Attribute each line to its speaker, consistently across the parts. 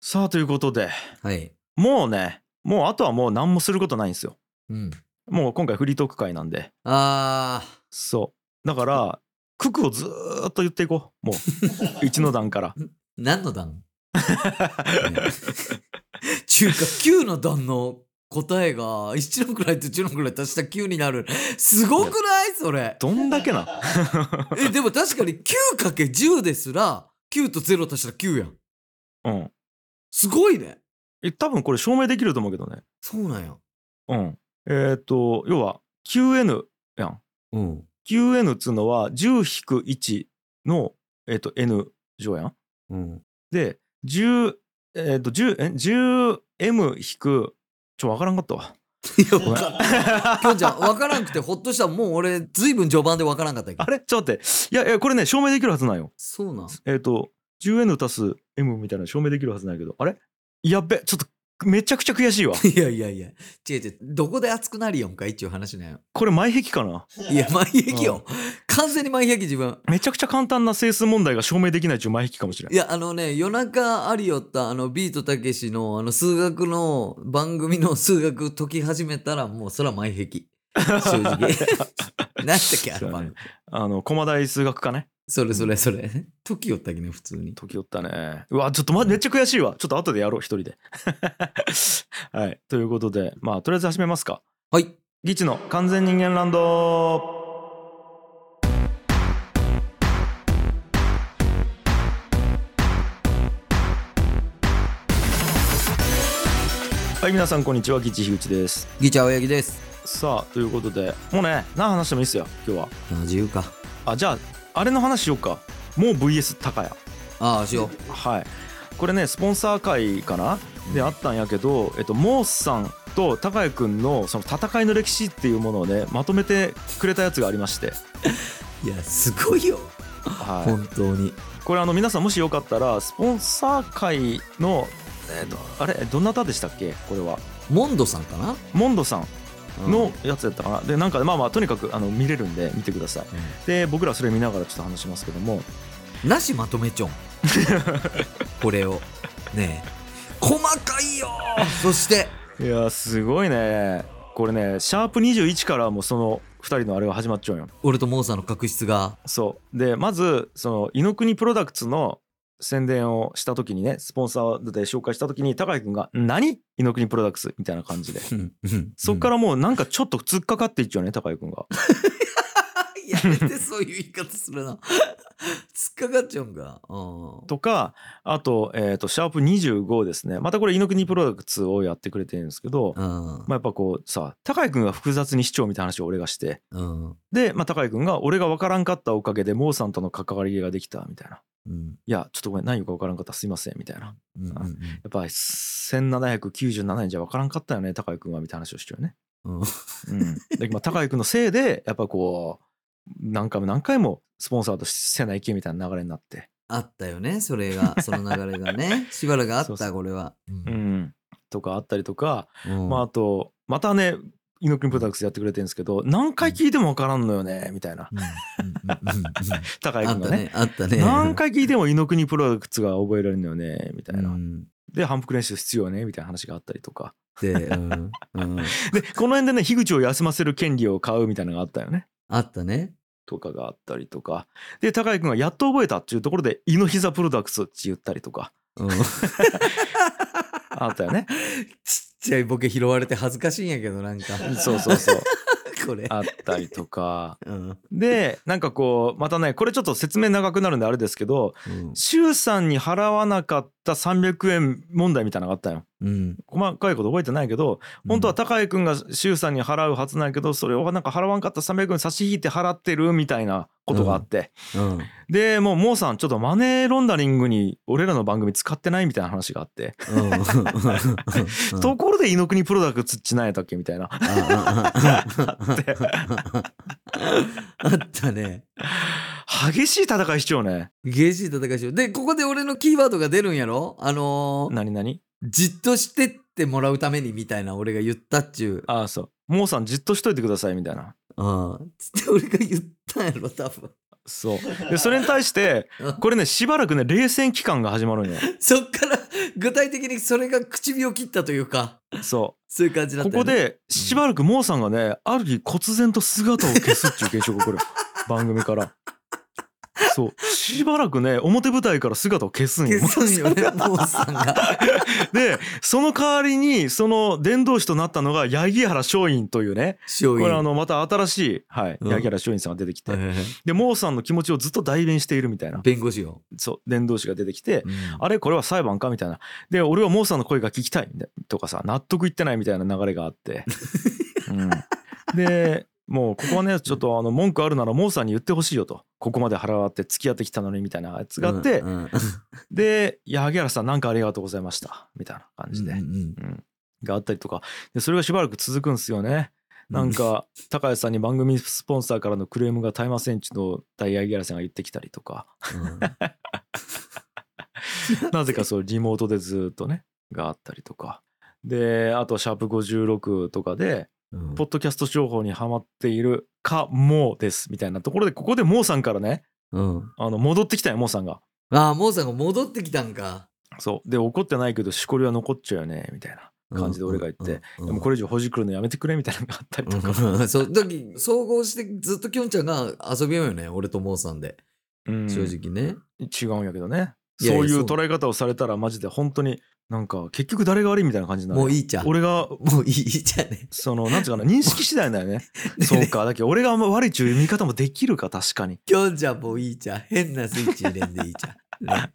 Speaker 1: さあということで
Speaker 2: はい。
Speaker 1: もうねもうあとはもう何もすることないんですよ
Speaker 2: うん。
Speaker 1: もう今回フリートーク会なんで
Speaker 2: ああ、
Speaker 1: そうだから九九をずーっと言っていこうもう一の段から
Speaker 2: 何の 段中華9の段の答えが1の位と10の位足した9になる。すごくないそれ。
Speaker 1: どんだけな
Speaker 2: え、でも確かに 9×10 ですら、9と0足したら9やん。
Speaker 1: うん
Speaker 2: すごいね。
Speaker 1: え多分これ証明できると思うけどね
Speaker 2: そうなんや。
Speaker 1: うんえっ、と要は 9n やん
Speaker 2: うん。
Speaker 1: 9n っつうのは10-1の、えっと n 乗やん
Speaker 2: うん。
Speaker 1: で10えっ、と 10m 引くちょわからんかったわ
Speaker 2: い や、わからん。きょんちゃん、わからんくてほっとしたもう俺、ずいぶん序盤でわからんかったけど
Speaker 1: あ。れちょっと待っていやいやこれね証明できるはずなんよ
Speaker 2: そうなん。
Speaker 1: えっ、と 10n 足す m みたいなの証明できるはずなんやけどあれやっべちょっとめちゃくちゃ悔しいわ
Speaker 2: いやいやいや。違う違う。どこで熱くなりよんかいっていう話なんよ。
Speaker 1: これ前壁かない
Speaker 2: や、前壁よ。完全に前壁自分。
Speaker 1: めちゃくちゃ簡単な整数問題が証明できないっちゅう前壁かもしれん
Speaker 2: いや、あのね、夜中ありよった、あの、ビートたけしの、あの、数学の番組の数学解き始めたら、もう、そら前壁。正 直。何だっけ、あ
Speaker 1: そう
Speaker 2: の
Speaker 1: や
Speaker 2: 番
Speaker 1: ね
Speaker 2: 組。
Speaker 1: あの駒大数学科ね
Speaker 2: それそれそれ。解きよったけね、普通に。
Speaker 1: 時おったねうわちょっと、ま、めっちゃ悔しいわちょっと後でやろう一人で はいということでまあとりあえず始めますか
Speaker 2: はい。
Speaker 1: ギチの完全人間ランドはい皆さんこんにちはギチ樋口です
Speaker 2: ギチャ親木です。
Speaker 1: さあということでもうね何話してもいいっすよ今日は
Speaker 2: あ自由か。
Speaker 1: あじゃああれの話しようかもう VS 高谷
Speaker 2: ああ、しよ
Speaker 1: はいこれねスポンサー会かな
Speaker 2: う。
Speaker 1: であったんやけど、えっと、モースさんと高谷君のその戦いの歴史っていうものをねまとめてくれたやつがありまして、
Speaker 2: いや、すごいよ。
Speaker 1: は
Speaker 2: 本当に。
Speaker 1: い、これあの皆さんもしよかったらスポンサー会の、えっとあれどなたでしたっけこれは
Speaker 2: モンドさんかな
Speaker 1: モンドさん
Speaker 2: うん
Speaker 1: のやつやったかな、でなんかまあまあとにかくあの見れるんで見てくださいで僕らそれ見ながらちょっと話しますけども
Speaker 2: なしまとめちょん これをねえ細かいよそして
Speaker 1: いやすごいねこれねシャープ21からもうその2人のあれが始まっちゃうんよ
Speaker 2: 俺とモーさんの確執が
Speaker 1: そうでまずその「猪国プロダクツ」の宣伝をした時にねスポンサーで紹介した時に高井君が「何猪国プロダクツ」みたいな感じでそっかららもうなんかちょっと突っかかっていっちゃうね高井君が
Speaker 2: やめてそういう言い方するな 突っかかっちゃうんかうん
Speaker 1: とかあと,、えー、とシャープ25ですねまたこれ猪国プロダクツをやってくれてるんですけど、
Speaker 2: うん
Speaker 1: まあ、やっぱこうさ高井君が複雑に市長みたいな話を俺がして
Speaker 2: うん
Speaker 1: で、まあ、高井君が「俺が分からんかったおかげでモーさんとの関わりができた」みたいな
Speaker 2: うん
Speaker 1: 「いやちょっとごめん何言うか分からんかったすいません」みたいな
Speaker 2: うんうん
Speaker 1: やっぱ1797円じゃ分からんかったよね高井君はみたいな話をしてるよね。
Speaker 2: うん
Speaker 1: うん、でまあ高井君のせいでやっぱこう何回も何回もスポンサーとせないけみたいな流れになって、
Speaker 2: あったよねそれがその流れが ねしばらくあ
Speaker 1: そ
Speaker 2: っ
Speaker 1: うそう
Speaker 2: たこれはう
Speaker 1: うんん、とかあったりとか、
Speaker 2: うん
Speaker 1: まあ、あとまたね猪木プロダクツやってくれてるんですけど何回聞いても分からんのよねみたいな
Speaker 2: うんうん うん
Speaker 1: 高
Speaker 2: うん
Speaker 1: 井
Speaker 2: あっ
Speaker 1: 君が
Speaker 2: た
Speaker 1: ね。
Speaker 2: ねあったね
Speaker 1: 何回聞いても猪木プロダクツが覚えられるのよねみたいな。
Speaker 2: うん
Speaker 1: で反復練習必要ねみたいな話があったりとか。
Speaker 2: でうんうん
Speaker 1: でこの辺でね樋口を休ませる権利を買うみたいなのがあったよね。
Speaker 2: あったね
Speaker 1: とかがあったりとかで高井君がやっと覚えたっていうところで「イノヒザプロダクツ」って言ったりとか
Speaker 2: うん
Speaker 1: あった よね
Speaker 2: ちっちゃいボケ拾われて恥ずかしいんやけどなんか
Speaker 1: そうそうそう
Speaker 2: これ
Speaker 1: あったりとか
Speaker 2: うん
Speaker 1: でなんかこうまたねこれちょっと説明長くなるんであれですけど
Speaker 2: うん
Speaker 1: 周さんに払わなかった300円問題みたいなのがあったよ
Speaker 2: うん
Speaker 1: 細かいこと覚えてないけど本当は高井君が周さんに払うはずなんやけどそれをなんか払わんかった300円差し引いて払ってるみたいなことがあって、
Speaker 2: うん
Speaker 1: でもうモーさんちょっとマネーロンダリングに俺らの番組使ってないみたいな話があって
Speaker 2: うんうんうん
Speaker 1: ところで猪国プロダクツっちなんやったっけみたいな
Speaker 2: ああああ
Speaker 1: って
Speaker 2: あったね
Speaker 1: 激しい戦いしちゃうね
Speaker 2: 激しい戦いしようでここで俺のキーワードが出るんやろあのー
Speaker 1: 何何
Speaker 2: じっとしてってもらうためにみたいな俺が言ったっちゅう
Speaker 1: ああそうモーさんじっとしといてくださいみたいな
Speaker 2: うんつって俺が言ったんやろ多分
Speaker 1: そうでそれに対して
Speaker 2: うん
Speaker 1: これねしばらくね冷戦期間が始まるんよ
Speaker 2: そっから具体的にそれが唇を切ったというか
Speaker 1: そ
Speaker 2: そういう感じ
Speaker 1: う
Speaker 2: だっ
Speaker 1: こ
Speaker 2: たよ
Speaker 1: こ
Speaker 2: ね
Speaker 1: でしばらくモーさんがねある日忽然と姿を消すっていう現象が起 こる番組からそうしばらくね表舞台から姿を消すんよ
Speaker 2: 消すんよねモーさんが
Speaker 1: でその代わりにその伝道師となったのが八木原松陰というね
Speaker 2: 勝
Speaker 1: これあ
Speaker 2: 因
Speaker 1: のまた新しい、はい
Speaker 2: うん
Speaker 1: 八木原松陰さんが出てきて、
Speaker 2: はいはいはい
Speaker 1: でモーさんの気持ちをずっと代弁しているみたいな
Speaker 2: 弁護士を、
Speaker 1: そう伝道師が出てきて、
Speaker 2: うん
Speaker 1: あれこれは裁判かみたいなで俺はモーさんの声が聞きたいみたいなとかさ納得いってないみたいな流れがあ って、うん、でもうここはねちょっとあの文句あるならモーさんに言ってほしいよとここまで払わって付き合ってきたのにみたいなやつがあって、
Speaker 2: うんうん
Speaker 1: で「八木原さんなんかありがとうございました」みたいな感じで、
Speaker 2: うんうん
Speaker 1: があったりとかでそれがしばらく続くんですよね。なんか高橋さんに番組スポンサーからのクレームが絶えませんちの大八木原さんが言ってきたりと か
Speaker 2: うん
Speaker 1: なぜかそうリモートでずっとねがあったりとかであとはシャープ56とかで
Speaker 2: うん
Speaker 1: ポッドキャスト情報にハマっているかもですみたいなところでここでモーさんからね
Speaker 2: うん
Speaker 1: あの戻ってきたよモーさんが
Speaker 2: ああモーさんが戻ってきたんか
Speaker 1: そうで怒ってないけどしこりは残っちゃうよねみたいな感じで俺が言って、
Speaker 2: うんうんうん
Speaker 1: でもこれ以上ほじくるのやめてくれみたいなのがあったりと か、
Speaker 2: うんその時総合してずっときょんちゃんが遊びようよね俺とモーさんで
Speaker 1: うん
Speaker 2: 正直ね、
Speaker 1: 違うんやけどね
Speaker 2: いやいや
Speaker 1: そういう
Speaker 2: そう
Speaker 1: 捉え方をされたらマジで本当になんか結局誰が悪いみたいな感じになる
Speaker 2: もういいじゃん
Speaker 1: 俺が
Speaker 2: もういいじゃんね
Speaker 1: そのなんていうかな認識次第だ よね そうかだけど俺があんま悪いっていう見方もできるか確かに
Speaker 2: きょんちゃんもういいじゃん変なスイッチ入れんでいいじゃん、ね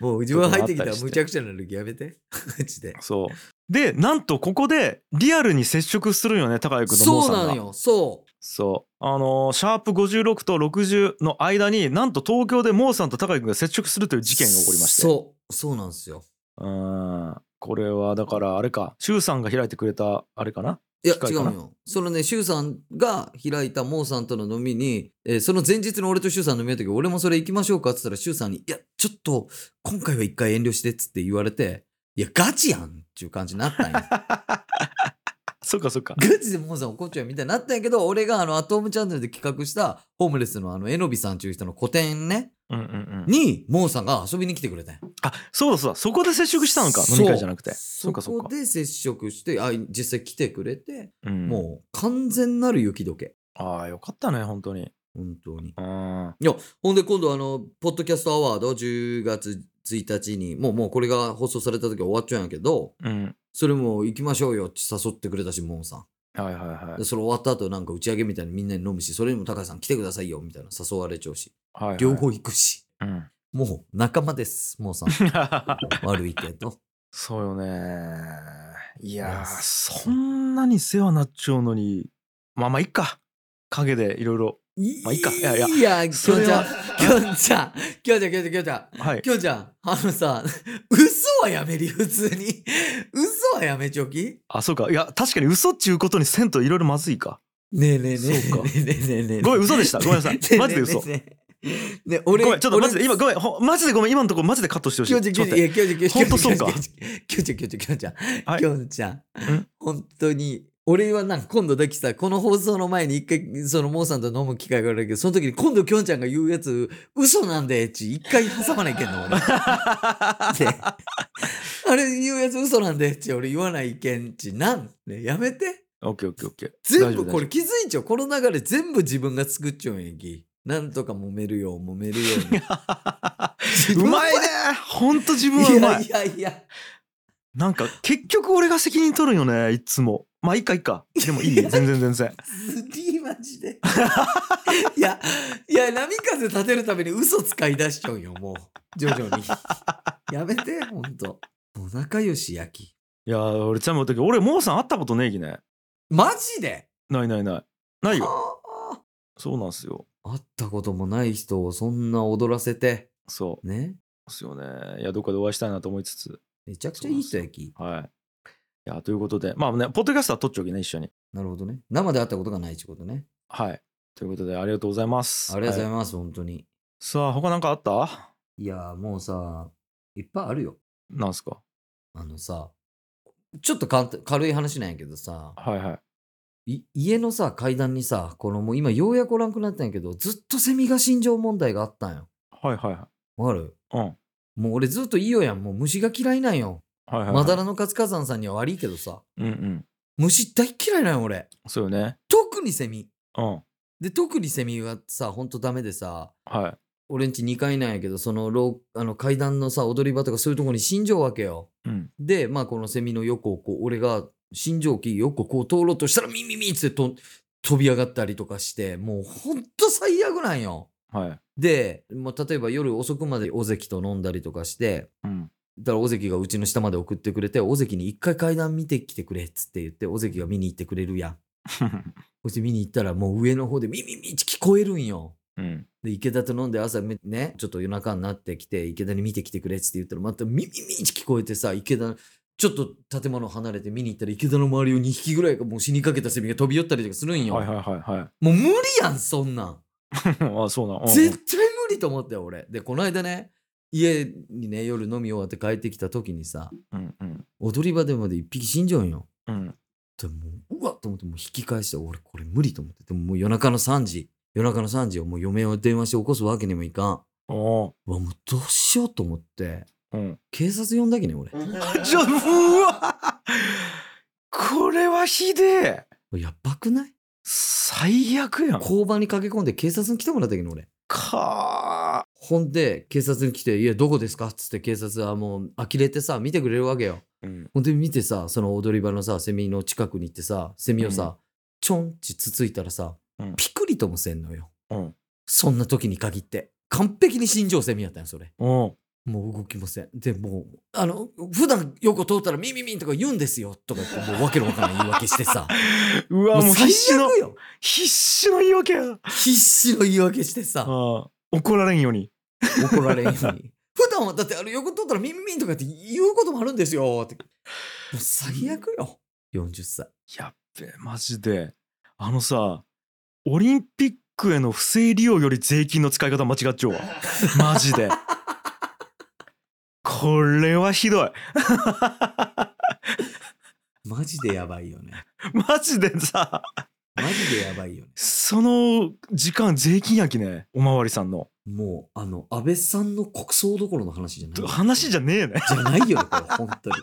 Speaker 2: もう自分入ってきたらむちゃくちゃになる時やめてマジで
Speaker 1: そうでなんとここでリアルに接触するよね高谷君とモー
Speaker 2: そう
Speaker 1: さん
Speaker 2: な
Speaker 1: が
Speaker 2: んよそ
Speaker 1: そうあのーシャープ56と60の間になんと東京でモーさんと高谷君が接触するという
Speaker 2: う
Speaker 1: 事件が起こりまして
Speaker 2: そうそうなんですよ
Speaker 1: うーんこれはだからあれか周さんが開いてくれたあれかない
Speaker 2: や
Speaker 1: 機会
Speaker 2: 違
Speaker 1: か
Speaker 2: う
Speaker 1: な
Speaker 2: のよそのね周さんが開いたモーさんとの飲みに、えーその前日の俺と周さんの飲みの時俺もそれ行きましょうかっつったら周さんに「いやちょっと今回は一回遠慮して」っつって言われて「いやガチやん」っていう感じになっ たんや
Speaker 1: そっかそっか
Speaker 2: ガチでモーさん怒っちゃうみたいになったんやけど俺があのアトムチャンネルで企画したホームレスのあのえのびさんっていう人の個展ね
Speaker 1: うんうんうん
Speaker 2: にモーさんが遊びに来てくれたんや
Speaker 1: あそうだそうだそこで接触したのか飲み会じゃなくて
Speaker 2: そ
Speaker 1: そうっかそっ
Speaker 2: そこ
Speaker 1: か、
Speaker 2: で接触してあ実際来てくれて、
Speaker 1: うん、
Speaker 2: もう完全なる雪解け
Speaker 1: ああよかったね本当に
Speaker 2: 本当に
Speaker 1: うん
Speaker 2: いや、ほんで今度あの、ポッドキャストアワード10月1日に、もうもうこれが放送された時は終わっちゃうんやけど、
Speaker 1: うん
Speaker 2: それも行きましょうよって誘ってくれたし、モンさ
Speaker 1: はいはいはい
Speaker 2: ん。で、それ終わった後なんか打ち上げみたいにみんなに飲むし、それにも高橋さん来てくださいよみたいな誘われちゃうし、
Speaker 1: はいはい
Speaker 2: 両、方行くし、
Speaker 1: うん
Speaker 2: もう仲間です、モンさん。悪いけど。
Speaker 1: そうよねい
Speaker 2: い
Speaker 1: や
Speaker 2: や
Speaker 1: ーそんなに世話なっちゃうのにまあまあいっか陰でいろいろ
Speaker 2: い
Speaker 1: まあいいかいやいや
Speaker 2: いや、きょ
Speaker 1: そ
Speaker 2: ん
Speaker 1: れ
Speaker 2: ちゃ
Speaker 1: は
Speaker 2: ん、きょんちゃん、きょんちゃん、きょんちゃん、きょんちゃん。
Speaker 1: はい
Speaker 2: きょんちゃん、あのさ、嘘はやめるよ、普通に。嘘はやめちょき
Speaker 1: あそうかいや確かに嘘っちゅうことにせんといろいろまずいか
Speaker 2: ねえねえねえ。
Speaker 1: そうか
Speaker 2: ねえねえねえねえ。
Speaker 1: ごめん嘘でしたごめんなさ い
Speaker 2: ねえねえ
Speaker 1: マジで嘘
Speaker 2: ねえねえねえ俺、
Speaker 1: ごめんちょっとマジで
Speaker 2: 俺
Speaker 1: 今ごめんほマジでごめん今のところマジでカットしてほし
Speaker 2: きょんち
Speaker 1: い
Speaker 2: ゃ
Speaker 1: ち
Speaker 2: ん、き
Speaker 1: ょ
Speaker 2: ょ
Speaker 1: っと
Speaker 2: んちゃ
Speaker 1: 待って
Speaker 2: ん、きょ
Speaker 1: ほ
Speaker 2: んちゃん、
Speaker 1: んとそうか
Speaker 2: きょんちゃん、きょんちゃん、きょんちゃん、
Speaker 1: はい
Speaker 2: きょんちゃん、
Speaker 1: ん
Speaker 2: 本当に、俺はなんか今度だけさ、この放送の前に一回、そのモーさんと飲む機会があるけど、その時に今度きょんちゃんが言うやつ、嘘なんで、ち、一回挟まないけん の、俺。ねあれ言うやつ嘘なんで、ち、俺言わないけんち、なん、ね、やめて。
Speaker 1: オッケーオッケーオッケー
Speaker 2: 全部こ
Speaker 1: れ
Speaker 2: れ気づいちゃうこの流れ全部自分が作っちゃうんやきなんとか揉めるよ揉めるよ
Speaker 1: うまいねほんと自分はうまい
Speaker 2: いやいやいや
Speaker 1: なんか結局俺が責任取るよねいつもまあいいかいいかでもいいね全然全然
Speaker 2: すげえマジでいやいや波風立てるために嘘使い出しちゃうんよもう徐々にやめてほんともう仲良しやき
Speaker 1: いやー俺ちゃんも言ったけど俺モーさん会ったことねえきね
Speaker 2: マジで
Speaker 1: ないないないないよ
Speaker 2: あ
Speaker 1: そうなんすよ
Speaker 2: ー会ったこともない人をそんな踊らせて
Speaker 1: そう
Speaker 2: ね
Speaker 1: ですよねいやどっかでお会いしたいなと思いつつ
Speaker 2: めちゃくちゃいい人やき
Speaker 1: はいいやということでまあねポッドキャストは撮っちゃおきね一緒に
Speaker 2: なるほどね生で会ったことがないってことね
Speaker 1: はいということでありがとうございます
Speaker 2: ありがとうござい
Speaker 1: は
Speaker 2: ます、本当に
Speaker 1: さあ他なんかあった
Speaker 2: いやーもうさいっぱいあるよ
Speaker 1: なんすか
Speaker 2: あのさちょっとかん軽い話なんやけどさ
Speaker 1: はいはい
Speaker 2: い家のさ階段にさこのもう今ようやくおらんくなったんやけどずっとセミが心情問題があったんよ
Speaker 1: はいはいはい
Speaker 2: わかる
Speaker 1: うん
Speaker 2: もう俺ずっといいよやん。もう虫が嫌いなんよ。
Speaker 1: はいはいはい
Speaker 2: まだらの活火山さんには悪いけどさ。
Speaker 1: うんうん
Speaker 2: 虫大嫌いなんよ俺。
Speaker 1: そうよね
Speaker 2: 特にセミ。
Speaker 1: うん
Speaker 2: で、特にセミはさ、ほんとダメでさ、
Speaker 1: はい
Speaker 2: 俺んち2階なんやけど、その廊あの階段のさ、踊り場とかそういうとこに死んじゃうわけよ。
Speaker 1: うん
Speaker 2: で、まあこのセミの横をこう、俺が心情期横をこう通ろうとしたら、ミンミンミンってと飛び上がったりとかして、もうほんと最悪なんよ。
Speaker 1: はい
Speaker 2: で、まあ、例えば夜遅くまで尾関と飲んだりとかして、
Speaker 1: うん
Speaker 2: だから尾関がうちの下まで送ってくれて、尾関に一回階段見てきてくれっつって言って、尾関が見に行ってくれるやん。そして見に行ったらもう上の方でミミミチ聞こえるんよ。
Speaker 1: うん
Speaker 2: で、池田と飲んで朝めね、ちょっと夜中になってきて、池田に見てきてくれっつって言ったら、またミミミチ聞こえてさ、池田、ちょっと建物離れて見に行ったら池田の周りを2匹ぐらいがもう死にかけたセミが飛び寄ったりとかするんよ。
Speaker 1: はいはいは
Speaker 2: もう無理やん、そんなん。
Speaker 1: いはい あそうなんうんうん
Speaker 2: 絶対無理と思ったよ俺でこの間ね家にね夜飲み終わって帰ってきた時にさ
Speaker 1: うんうん
Speaker 2: 踊り場でまで一匹死んじゃうんよ
Speaker 1: うん
Speaker 2: でもううわっと思ってもう引き返して俺これ無理と思ってでももう夜中の3時夜中の3時をもう嫁を電話して起こすわけにもいかん
Speaker 1: おー
Speaker 2: うわもうどうしようと思って
Speaker 1: うん
Speaker 2: 警察呼んだけね俺
Speaker 1: ちょうわこれはひでえ
Speaker 2: やばくない
Speaker 1: 最悪やん
Speaker 2: 交番に駆け込んで警察に来てもらったけど俺
Speaker 1: か
Speaker 2: ほんで警察に来て「いやどこですか?」っつって警察はもう呆れてさ見てくれるわけよ
Speaker 1: ーうん
Speaker 2: ほんで見てさその踊り場のさセミの近くに行ってさセミをさ、
Speaker 1: うん
Speaker 2: ちょんちつついたらさ、
Speaker 1: うん
Speaker 2: ピクリともせんのよ
Speaker 1: うん
Speaker 2: そんな時に限って完璧に新庄セミやったんよそれ
Speaker 1: うん
Speaker 2: もう動きませんでもうあの普段横通ったら「ミミミン」とか言うんですよとか言ってもうわけのわからない言い訳してさ
Speaker 1: うわもう
Speaker 2: 最
Speaker 1: 必死の
Speaker 2: 悪よ
Speaker 1: 必死の言い訳や
Speaker 2: 必死の言い訳して
Speaker 1: あ
Speaker 2: さ
Speaker 1: ー怒られんように
Speaker 2: 怒られんように 普段はだってあの横通ったら「ミミミン」とかって言うこともあるんですよってもう最悪よ40歳
Speaker 1: やっべマジであのさオリンピックへの不正利用より税金の使い方間違っちゃう わマジでこれはひどい
Speaker 2: マジでやばいよね
Speaker 1: マジでさ
Speaker 2: マジでやばいよね。
Speaker 1: その時間税金やきねおまわりさんの
Speaker 2: もう、あの、安倍さんの国葬どころの 話じゃない。
Speaker 1: 話じゃねえね
Speaker 2: じゃないよね、これ、本当に。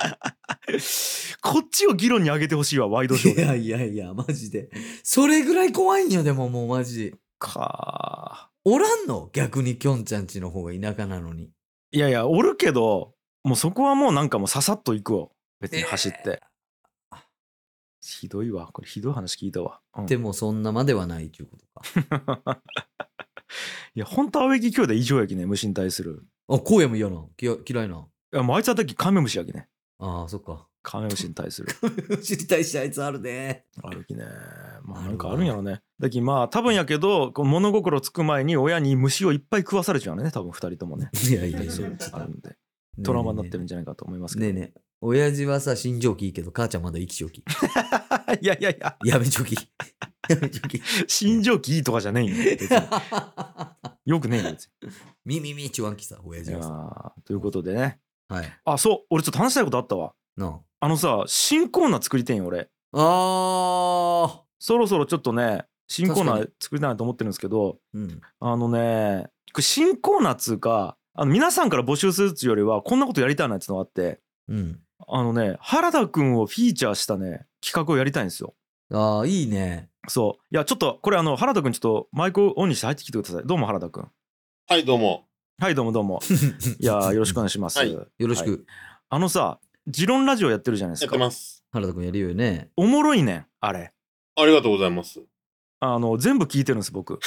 Speaker 1: こっちを議論に上げてほしいわワイドショー
Speaker 2: い
Speaker 1: で
Speaker 2: やいやいや、マジで。それぐらい怖いんよ、でももうマジ。
Speaker 1: か
Speaker 2: おらんの逆にきょんちゃんちの方が田舎なのに。
Speaker 1: いやいやおるけどもうそこはもうなんかもうささっと行くわ別に走って、ひどいわこれひどい話聞いたわ、うん
Speaker 2: でもそんなまではないっていうことか。
Speaker 1: いや、本当は植木兄弟異常やきね、虫に対する。
Speaker 2: あ、荒野も嫌な。きや嫌いな。
Speaker 1: いや、もうあいつはだけカメムシやきね。
Speaker 2: ああ、そっか。
Speaker 1: カメムシに 対する。
Speaker 2: 知りたいし、あいつあるね。
Speaker 1: あるきね。ま
Speaker 2: あ
Speaker 1: あ、
Speaker 2: るわ
Speaker 1: なんかあるんやろね。だきまあ、多分やけど、こう物心つく前に親に虫をいっぱい食わされちゃうのね、多分二人ともね。
Speaker 2: いやいやいや、
Speaker 1: そうい うのあるんで、 トラウマになってるんじゃないかと思いますけ
Speaker 2: ねえ
Speaker 1: ど。
Speaker 2: ねえ。親父はさ、新情期いいけど、母ちゃんまだ生き 長期。
Speaker 1: いやいやいや、
Speaker 2: やめちょき。 やめちょき。
Speaker 1: 心情 期いいとかじゃねえよ。別によくねえよ、別に
Speaker 2: ミミミチワンキさ、親
Speaker 1: い
Speaker 2: 父
Speaker 1: や
Speaker 2: はさ。
Speaker 1: ーということでね。
Speaker 2: はい。
Speaker 1: あ、そう、俺ちょっと話したいことあったわ。
Speaker 2: な
Speaker 1: あのさ、新コーナー作りてんよ、俺。
Speaker 2: あ。あ
Speaker 1: そろそろちょっとね、新コーナ
Speaker 2: 確
Speaker 1: ー作りたいなと思ってるんですけど、
Speaker 2: うん。
Speaker 1: あのね、これ新コーナーっつうか、あの皆さんから募集するっつうよりは、こんなことやりたいなっていうのがあって、
Speaker 2: うん。
Speaker 1: あのね、原田くんをフィーチャーしたね、企画をやりたいんですよ。
Speaker 2: ああ、いいね。
Speaker 1: そう。いや、ちょっと、これあの、原田くんちょっとマイクをオンにして入ってきてください。どうも原田くん。
Speaker 3: はい、どうも。
Speaker 1: はい、どうもどうも。いやー、よろしくお願いします。
Speaker 3: はい
Speaker 2: よろしく。
Speaker 1: はあのさ、ジロンラジオやってるじゃないで
Speaker 3: や
Speaker 1: す
Speaker 3: っ
Speaker 1: か。
Speaker 3: てます。
Speaker 2: 原田くんやるよね。
Speaker 1: おもろいねん、あれ。
Speaker 3: ありがとうございます。
Speaker 1: あの、全部聞いてるんです、僕。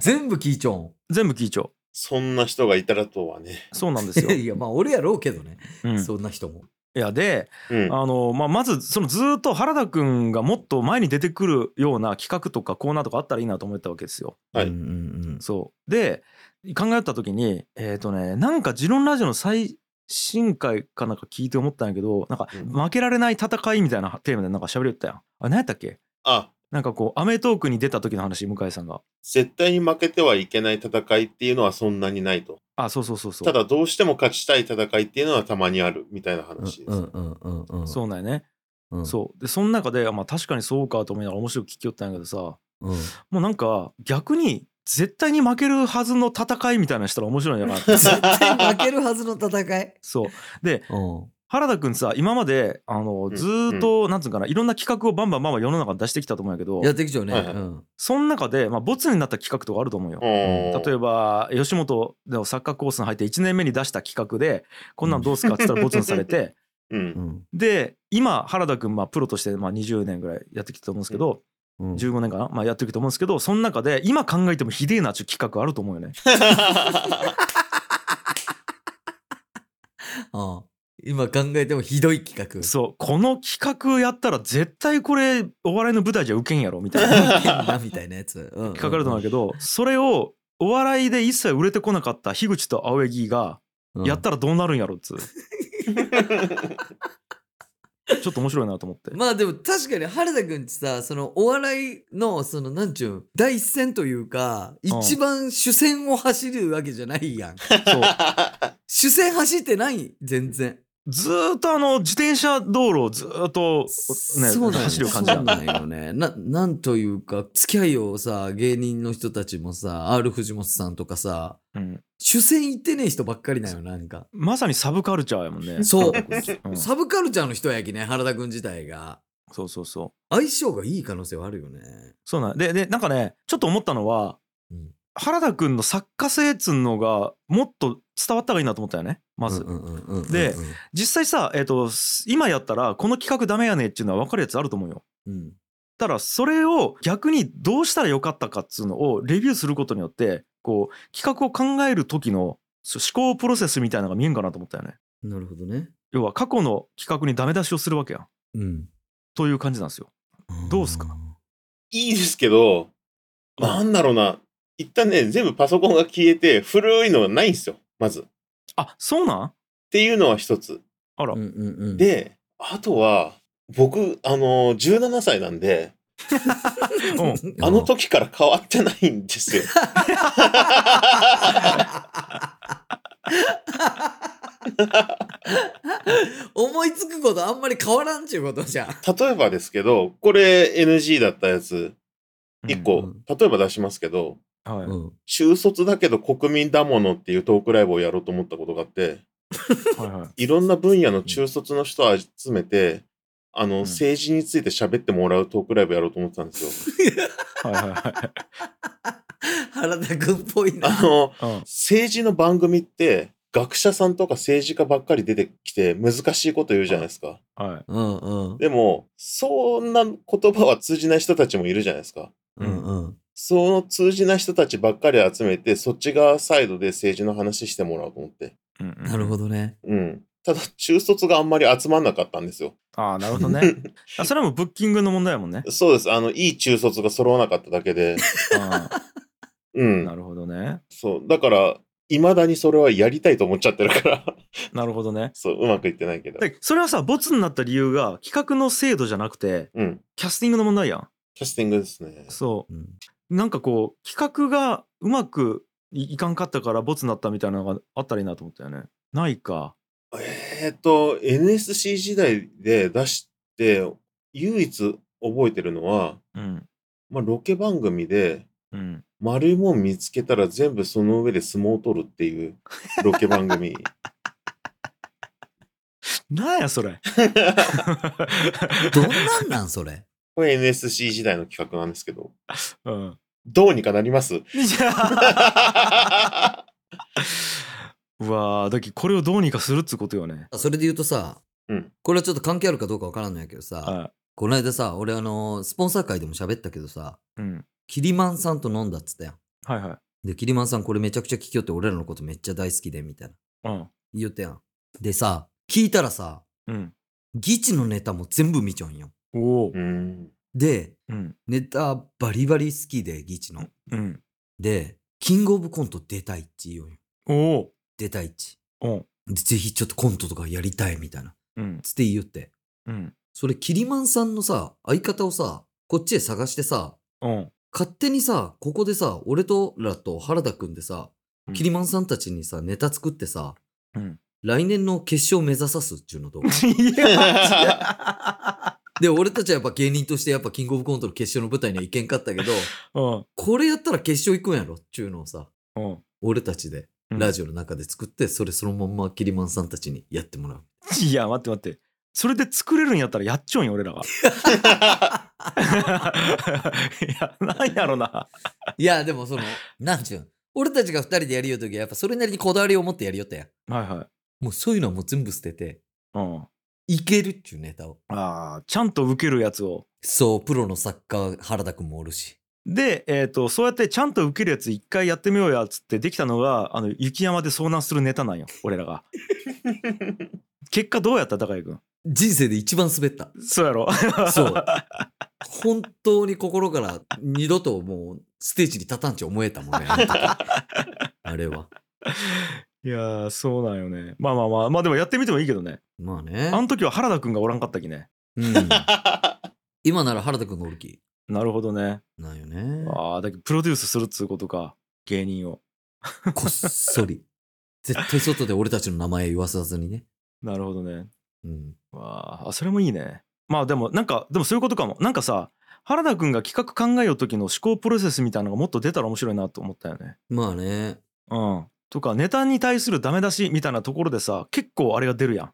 Speaker 2: 全部聞いちょん。
Speaker 1: 全部聞いちゃう。
Speaker 3: そんな人がいたらとはね。
Speaker 1: そうなんです よ。
Speaker 2: いや、まあ、俺やろうけどね。
Speaker 1: うん、い
Speaker 2: そんな人も。
Speaker 1: や、で、
Speaker 3: うん。
Speaker 1: あのまあ、まずそのずーっと原田くんがもっと前に出てくるような企画とかコーナーとかあったらいいなと思ってたわけですよ。
Speaker 3: はい
Speaker 2: うんうんうん。
Speaker 1: そうで考えた時にえっ、とねなんか「ジロンラジオ」の最新回かなんか聞いて思ったんやけどなんか
Speaker 3: うん
Speaker 1: 負けられない戦いみたいなテーマでなんか喋りよったやん。あれ何やったっけ
Speaker 3: あ、
Speaker 1: なんかこう『アメトーーク』に出た時の話向井さんが。
Speaker 3: 絶対に負けてはいけない戦いっていうのはそんなにないと。
Speaker 1: あそうそうそうそう。
Speaker 3: ただ、どうしても勝ちたい戦いっていうのはたまにあるみたいな話です。
Speaker 2: うんうんうんうん。
Speaker 1: そうなんやね。
Speaker 2: うん。
Speaker 1: そうでそ の中で、まあ、確かにそうかと思いながら面白く聞きよったんやけどさ
Speaker 2: うん。
Speaker 1: もうなんか逆に絶対に負けるはずの戦いみたいなのしたら面白いんじゃないかな
Speaker 2: 絶対負けるはずの戦い。
Speaker 1: そうで
Speaker 2: うん。
Speaker 1: 原田くんさ今まであの
Speaker 3: ん
Speaker 1: ずーっと、なんつうかないろんな企画をバンバンバンバン世の中に出してきたと思うんやけど
Speaker 2: やってきちゃうね。
Speaker 3: はいはい
Speaker 2: うん。
Speaker 1: その中で、まあ、ボツになった企画とかあると思うよ。例えば
Speaker 3: ば、
Speaker 1: 吉本のサッカーコースに入って1年目に出した企画でこんなんどうすかって言ったらボツにされて
Speaker 3: うん
Speaker 2: うん
Speaker 1: で今原田君まあプロとしてまあ20年ぐらいやってきたと思うんですけど
Speaker 2: うん。
Speaker 1: 15年かな、まあ、やってきたと思うんですけどその中で今考えてもひでえなっちゅう企画あると思うよね。
Speaker 2: うん今考えてもひどい企画。
Speaker 1: そうこの企画やったら絶対これお笑いの舞台じゃウケんやろみたい な
Speaker 2: 変なみたいなやつ。うん。
Speaker 1: 企画あると思うんだけどそれをお笑いで一切売れてこなかった樋口と青柳が
Speaker 2: うん
Speaker 1: やったらどうなるんやろっ つうちょっと面白いなと思って。
Speaker 2: まあでも確かに原田くんってさ、そのお笑いの、そのなんちゅう、第一線というか、
Speaker 1: うん
Speaker 2: 一番主戦を走るわけじゃないやん。
Speaker 1: そう
Speaker 2: 主戦走ってない全然。
Speaker 1: ずーっとあの自転車道路をずーっとね
Speaker 2: そうなんよ
Speaker 1: 走る感じだ
Speaker 2: そうなんよね。な、なんというか、付き合いをさ、芸人の人たちもさ、R 藤本さんとかさ、
Speaker 1: うん、
Speaker 2: 主戦行ってねえ人ばっかりなんよ、なんか。
Speaker 1: まさにサブカルチャーやもんね
Speaker 2: そう
Speaker 1: うん
Speaker 2: サブカルチャーの人やきね、原田くん自体が。
Speaker 1: そうそうそう
Speaker 2: 相性がいい可能性はあるよね。
Speaker 1: そうなんででなんかねちょっと思ったのは、
Speaker 2: うん
Speaker 1: 原田くんの作家性っつんのがもっと伝わった方がいいなと思ったよねまず、
Speaker 2: うんうんうんうんうん
Speaker 1: で実際さ、えっとす今やったらこの企画ダメやねっていうのは分かるやつあると思うよ
Speaker 2: うん
Speaker 1: ただそれを逆にどうしたらよかったかっつうのをレビューすることによってこう企画を考える時のそう思考プロセスみたいなのが見えんかなと思ったよね
Speaker 2: なるほどね。
Speaker 1: 要は過去の企画にダメ出しをするわけやん
Speaker 2: うん。
Speaker 1: という感じなんですよ。どうすか
Speaker 3: いいですけど、なんだろうな。一旦ね、全部パソコンが消えて、古いのがないんですよ、まず。っ
Speaker 1: あそうなん
Speaker 3: ていうのは一つ。
Speaker 1: あら、
Speaker 2: うんうんうん。
Speaker 3: で、あとは、僕、あのー、17歳なんで、
Speaker 1: うん
Speaker 3: あの時から変わってないんですよ。
Speaker 2: 思いつくことあんまり変わらんちゅうことじゃん。
Speaker 3: 例えばですけど、これ NG だったやつ、一個、
Speaker 2: うん
Speaker 3: 例えば出しますけど、
Speaker 1: はい
Speaker 2: うん、
Speaker 3: 中卒だけど国民だものっていうトークライブをやろうと思ったことがあって、
Speaker 1: はいはい
Speaker 3: いろんな分野の中卒の人を集めて、あの、
Speaker 1: ん
Speaker 3: 政治について喋ってもらうトークライブやろうと思ってたんですよ。
Speaker 1: はいは
Speaker 2: 原田君っぽいな。
Speaker 3: あの、
Speaker 1: いはいうん
Speaker 3: 政治の番組って、学者さんとか政治家ばっかり出てきて難しいこと言うじゃないですか。
Speaker 1: はい
Speaker 2: うんうん
Speaker 3: でも、そんな言葉は通じない人たちもいるじゃないですか。
Speaker 2: うんうん。
Speaker 3: その通じない人たちばっかり集めて、そっち側サイドで政治の話してもらおうと思って。
Speaker 1: うんうん
Speaker 2: なるほどね。
Speaker 3: うん。ただ、中卒があんまり集まんなかったんですよ。
Speaker 1: ああなるほどね。 あそれはもうブッキングの問題やもんね。
Speaker 3: そうです。あの、いい中卒が揃わなかっただ けで。う
Speaker 1: うん
Speaker 3: ん
Speaker 1: な。るほどね。
Speaker 3: そう。だから、いまだにそれはやりたいと思っちゃってるから、
Speaker 1: なるほどね。
Speaker 3: そう、うまくいってないけど。
Speaker 1: でそれはさボツになった理由が企画の精度じゃなくて
Speaker 3: うん。
Speaker 1: キャスティングの問題やん。
Speaker 3: キャスティングですね。
Speaker 1: そ
Speaker 2: うん
Speaker 1: うなんかこう企画がうまくいいかんかったからボツになったみたいなのがあったらいいなと思ったよね。ないか。
Speaker 3: えーっと、NSC 時代で出して、唯一覚えてるのは、
Speaker 1: うん
Speaker 3: まあ、ロケ番組で、
Speaker 1: うん。
Speaker 3: 丸いもん見つけたら全部その上で相撲を取るっていうロケ番組。
Speaker 1: なんやそれ。
Speaker 2: どんなんなんそれ。
Speaker 3: これ NSC 時代の企画なんですけど、
Speaker 1: うん。
Speaker 3: どうにかなります
Speaker 1: じゃあうわーだけどこれをどうにかするっつうことよね。
Speaker 2: それで言うとさ、
Speaker 3: うん
Speaker 2: これはちょっと関係あるかどうかわからんのやけどさ、
Speaker 1: は
Speaker 2: この間さ、俺あの、スポンサー会でも喋ったけどさ、
Speaker 1: い。うん。
Speaker 2: キリマンさんと飲んだっつったやん。
Speaker 1: はいはい。
Speaker 2: で、キリマンさんこれめちゃくちゃ聞きよって俺らのことめっちゃ大好きで、みたいな。
Speaker 1: うん。
Speaker 2: 言うてやん。でさ、聞いたらさ、
Speaker 1: うん。
Speaker 2: ギチのネタも全部見ちゃうんよ。
Speaker 1: おお
Speaker 3: う。ん。
Speaker 2: で、
Speaker 1: うん。
Speaker 2: ネタバリバリ好きで、ギチの。
Speaker 1: うん。
Speaker 2: で、キングオブコント出たいって言うんよ。
Speaker 1: おお。
Speaker 2: 出たいって。
Speaker 1: うん。
Speaker 2: でぜひちょっとコントとかやりたいみたいな。
Speaker 1: うん。
Speaker 2: つって言いよって。
Speaker 1: うん。
Speaker 2: それ、キリマンさんのさ、相方をさ、こっちへ探してさ、
Speaker 1: うん。
Speaker 2: 勝手にさ、ここでさ、俺とらと原田くんでさ
Speaker 1: うん、
Speaker 2: キリマンさんたちにさ、ネタ作ってさ、
Speaker 1: うん
Speaker 2: 来年の決勝目指さすっちゅうのどう
Speaker 1: いや、
Speaker 2: で、俺たちはやっぱ芸人としてやっぱキングオブコントの決勝の舞台には行けんかったけど、
Speaker 1: うん
Speaker 2: これやったら決勝行くんやろっちゅうのをさ、
Speaker 1: うん
Speaker 2: 俺たちで、
Speaker 1: うん
Speaker 2: ラジオの中で作って、それそのまんまキリマンさんたちにやってもら う。
Speaker 1: いや待って待ってそれで作れるんやったらやっちょんよ俺らが いやなんやろない
Speaker 2: や、でもその、なんちゅうん、俺たちが二人でやりようときはやっぱそれなりにこだわりを持ってやりよったやん。
Speaker 1: はいはい、
Speaker 2: もうそういうのはもう全部捨てて、
Speaker 1: うん、あ
Speaker 2: いけるっちゅうネタを。
Speaker 1: あちゃんと受けるやつを
Speaker 2: そう、プロの作家、原田くんもおるし。
Speaker 1: で、えー、とそうやってちゃんと受けるやつ一回やってみようやっつってできたのがあの雪山で遭難するネタなんよ俺ら が結果どうやった高井君
Speaker 2: 人生で一番滑った。
Speaker 1: そうやろ
Speaker 2: そう。本当に心から二度ともうステージに立たんち思えたもんね。あの時あれは。
Speaker 1: いやーそうなんよねまあまあまあまあでもやってみてもいいけどね
Speaker 2: まあね
Speaker 1: あ。の時は原田君がおらんかったきね
Speaker 2: うん、今なら原田くんがおるき。
Speaker 1: なるほどね
Speaker 2: なんよね。
Speaker 1: ああだけどプロデュースするっつうことか芸人を
Speaker 2: こっそり。絶対外で俺たちの名前言わさずにね。
Speaker 1: なるほどね
Speaker 2: うん。
Speaker 1: わーあそれもいいねまあでもなんかでもそういうことかもなんかさ原田君が企画考えよう時の思考プロセスみたいなのがもっと出たら面白いなと思ったよね
Speaker 2: まあね。
Speaker 1: うん、とかネタに対するダメ出しみたいなところでさ結構あれが出るや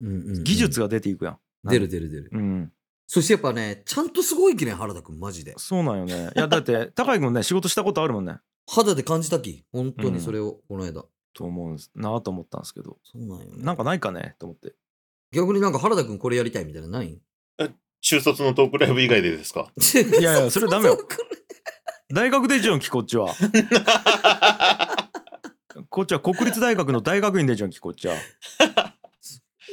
Speaker 2: うんうんうん
Speaker 1: ん技術が出ていくやん、
Speaker 2: 出る出る出る。
Speaker 1: うん、
Speaker 2: そしてやっぱね、ちゃんとすごいきね、原田くん、マジで。
Speaker 1: そうなんよねいやだって高井君ね仕事したことあるもんね
Speaker 2: 肌で感じたき。本当にそれを、この間。
Speaker 1: と思うんですなあと思ったんですけど
Speaker 2: そうなんよね。
Speaker 1: なんかないかねと思って
Speaker 2: 逆になんか原田くんこれやりたいみたいなのない
Speaker 3: 中卒のトークライブ以外でですか
Speaker 1: い
Speaker 2: い
Speaker 1: やいやそれダメよ。大学でじゃんきこっちはこっちは国立大学の大学院でじゃんきこっちは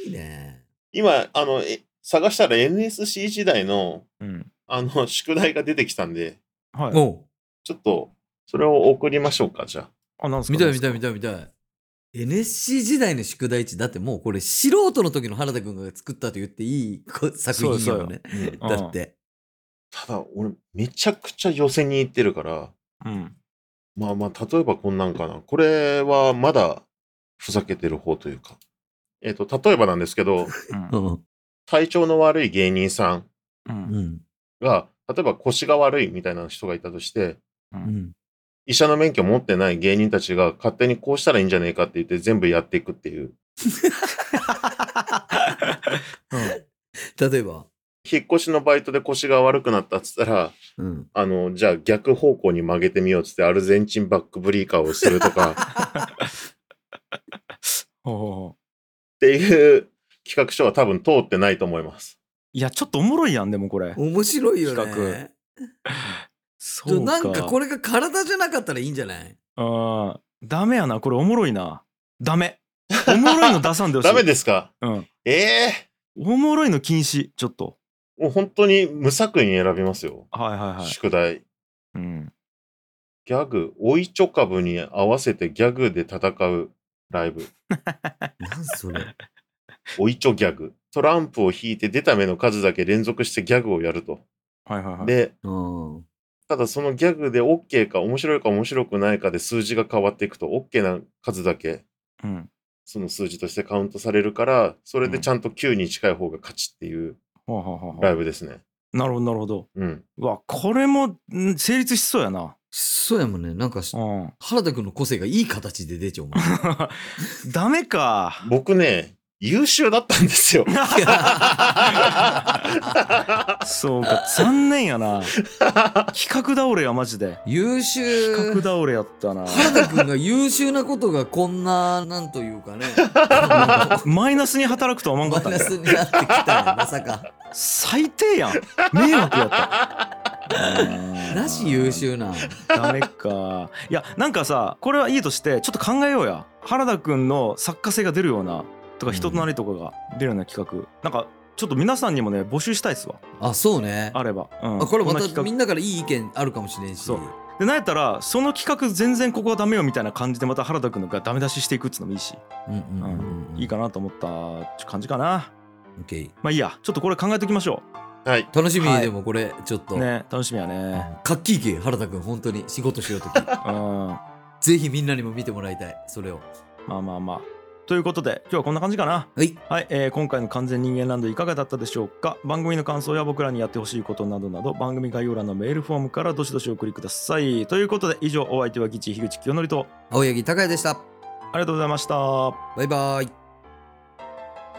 Speaker 1: い
Speaker 2: いね。
Speaker 3: 今、あの、え探したら NSC 時代の、
Speaker 1: うん
Speaker 3: あの、宿題が出てきたんで、
Speaker 1: はい
Speaker 2: おう
Speaker 3: ちょっと、それを送りましょうか、じゃあ。
Speaker 1: あなんすか
Speaker 2: 見たい見
Speaker 1: なんすか
Speaker 2: たい見たい見たい。NSC 時代の宿題地だってもうこれ素人の時の原田くんが作ったと言っていいこ作品やもんね。
Speaker 1: うん
Speaker 2: だって。
Speaker 3: ただ、俺、めちゃくちゃ寄せに行ってるから、
Speaker 1: うん
Speaker 3: まあまあ、例えばこんなんかな。これはまだ、ふざけてる方というか。えっ、と、例えばなんですけど、
Speaker 1: うん
Speaker 2: うん。
Speaker 3: 体調の悪い芸人さん
Speaker 1: うん
Speaker 2: うん。
Speaker 3: が、例えば腰が悪いみたいな人がいたとして、
Speaker 2: うん。
Speaker 3: 医者の免許持ってない芸人たちが勝手にこうしたらいいんじゃねえかって言って全部やっていくっていう。
Speaker 2: 例えば。
Speaker 3: 引っ越しのバイトで腰が悪くなったっつったら、
Speaker 2: うん。
Speaker 3: あの、じゃあ逆方向に曲げてみようっつってアルゼンチンバックブリーカーをするとかっ
Speaker 1: ほうほうほう
Speaker 3: ていう企画書は多分通ってないと思います。
Speaker 1: いやちょっとおもろいやんでもこれ
Speaker 2: 面白いよ
Speaker 1: 企
Speaker 2: ね。ち
Speaker 1: そ
Speaker 2: ょなんかこれが体じゃなかったらいいんじゃない
Speaker 1: あーダメやなこれおもろいなダメおもろいの出さんで ほしい
Speaker 3: ダメですか
Speaker 1: うん
Speaker 3: ええ
Speaker 1: おもろいの禁止ちょっと
Speaker 3: もう本当に無作為に選びますよ。
Speaker 1: はいはいはい、
Speaker 3: 宿題。
Speaker 1: うん、
Speaker 3: ギャグ、おいちょ株に合わせてギャグで戦うライブ。
Speaker 2: なんそれ。
Speaker 3: おいちょギャグ。トランプを引いて出た目の数だけ連続してギャグをやると。
Speaker 1: はいはいはい
Speaker 3: で、
Speaker 2: うん。
Speaker 3: ただそのギャグで OK か面白いか面白くないかで数字が変わっていくと OK な数だけ
Speaker 1: うん
Speaker 3: その数字としてカウントされるからそれでちゃんと9に近い方が勝ちっていう
Speaker 1: はあはあはあ
Speaker 3: ラ
Speaker 1: は
Speaker 3: イブですね。
Speaker 1: あなるほどなるほど
Speaker 3: うん。
Speaker 1: うわこれもん成立しそうやな
Speaker 2: そうやもんね。なんかし
Speaker 1: うん
Speaker 2: 原田くんの個性がいい形で出ちゃうもんね。
Speaker 1: ダメか
Speaker 3: 僕ね、優秀だったんで すよ。
Speaker 1: そうか残念やな企画倒れやマジで
Speaker 2: 優秀。
Speaker 1: 企画倒れやったな
Speaker 2: 原田くんが優秀なことがこんな、なんというかね、
Speaker 1: マイナスに働くとは 思わんか
Speaker 2: マ
Speaker 1: った
Speaker 2: イ
Speaker 1: んだ
Speaker 2: ナ
Speaker 1: よ
Speaker 2: スになってきたね、まさか。
Speaker 1: 最低やん迷惑やった
Speaker 2: なし優 秀な。
Speaker 1: ダメかいやなんかさこれはいいとしてちょっと考えようや原田くんの作家性が出るようなとか人となりとかが出るような企画、なんかちょっと皆さんにもね募集したいっすわ
Speaker 2: あ、そうね。
Speaker 1: あれば、うん
Speaker 2: あこれま
Speaker 1: んな
Speaker 2: たみ
Speaker 1: 企
Speaker 2: んなからいい意見あるかもしれんし。
Speaker 1: そう画でなんやったらその企画全然ここはダメよみたいな感じでまた原田くんのがダメ出ししていくっつうのもいいし、
Speaker 2: うんうんうんうんうん。
Speaker 1: いいかなと思った感じかな
Speaker 2: OK
Speaker 1: まあいいやちょっとこれ考えときましょ
Speaker 3: はい。
Speaker 2: 楽しみ
Speaker 1: はい
Speaker 2: でもこれ、ちょっと。
Speaker 1: うね楽しみやね
Speaker 2: かっきいき、原田くん、本当に仕事しようとき。
Speaker 1: うんま
Speaker 2: ぜひみんなにも見てもらいたい、それを。
Speaker 1: あまあまあということで今日はこんな感じかな
Speaker 2: はい
Speaker 1: はい、えー今回の完全人間ランドいかがだったでしょうか番組の感想や僕らにやってほしいことなどなど番組概要欄のメールフォームからどしどしお送りくださいということで以上お相手はギチ樋口清則と
Speaker 2: 青柳高也でした
Speaker 1: ありがとうございました
Speaker 2: バイバイ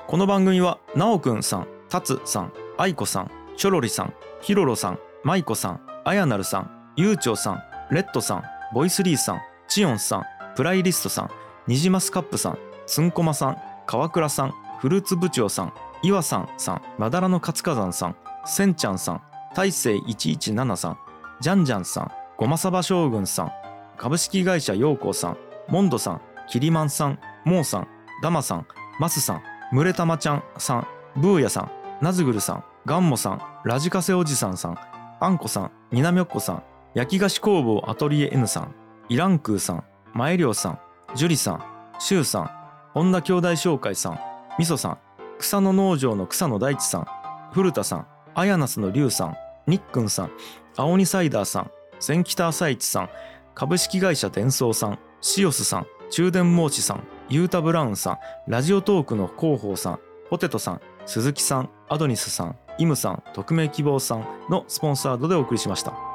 Speaker 1: この番組はなおくんさん、たつさん、あいこさん、ちょろりさん、ひろろさん、まいこさん、あやなるさん、ゆうちょうさん、レッドさん、ボイスリーさん、ちよんさん、プライリストさん、にじますカップさん、つんこまさん、川倉さん、フルーツ部長さん、いわさんさん、まだらの活火山さん、せんちゃんさん、大勢117さん、じゃんじゃんさん、ごまさば将軍さん、株式会社陽光さん、モンドさん、キリマンさん、モーさん、ダマさん、マスさん、むれたまちゃんさん、ブーヤさん、なずぐるさん、ガンモさん、ラジカセおじさんさん、あんこさん、になみょっこさん、焼き菓子工房アトリエ N さん、イランクーさん、まえりょうさん、ジュリさん、シュウさん、本田兄弟紹介さん、みそさん、草の農場の草野大地さん、古田さん、あやなすのりゅうさん、にっくんさん、青鬼サイダーさん、センキターサイチさん、株式会社伝送さん、シオスさん、中電申しさん、ユータブラウンさん、ラジオトークの広報さん、ポテトさん、鈴木さん、アドニスさん、イムさん、匿名希望さんのスポンサードでお送りしました。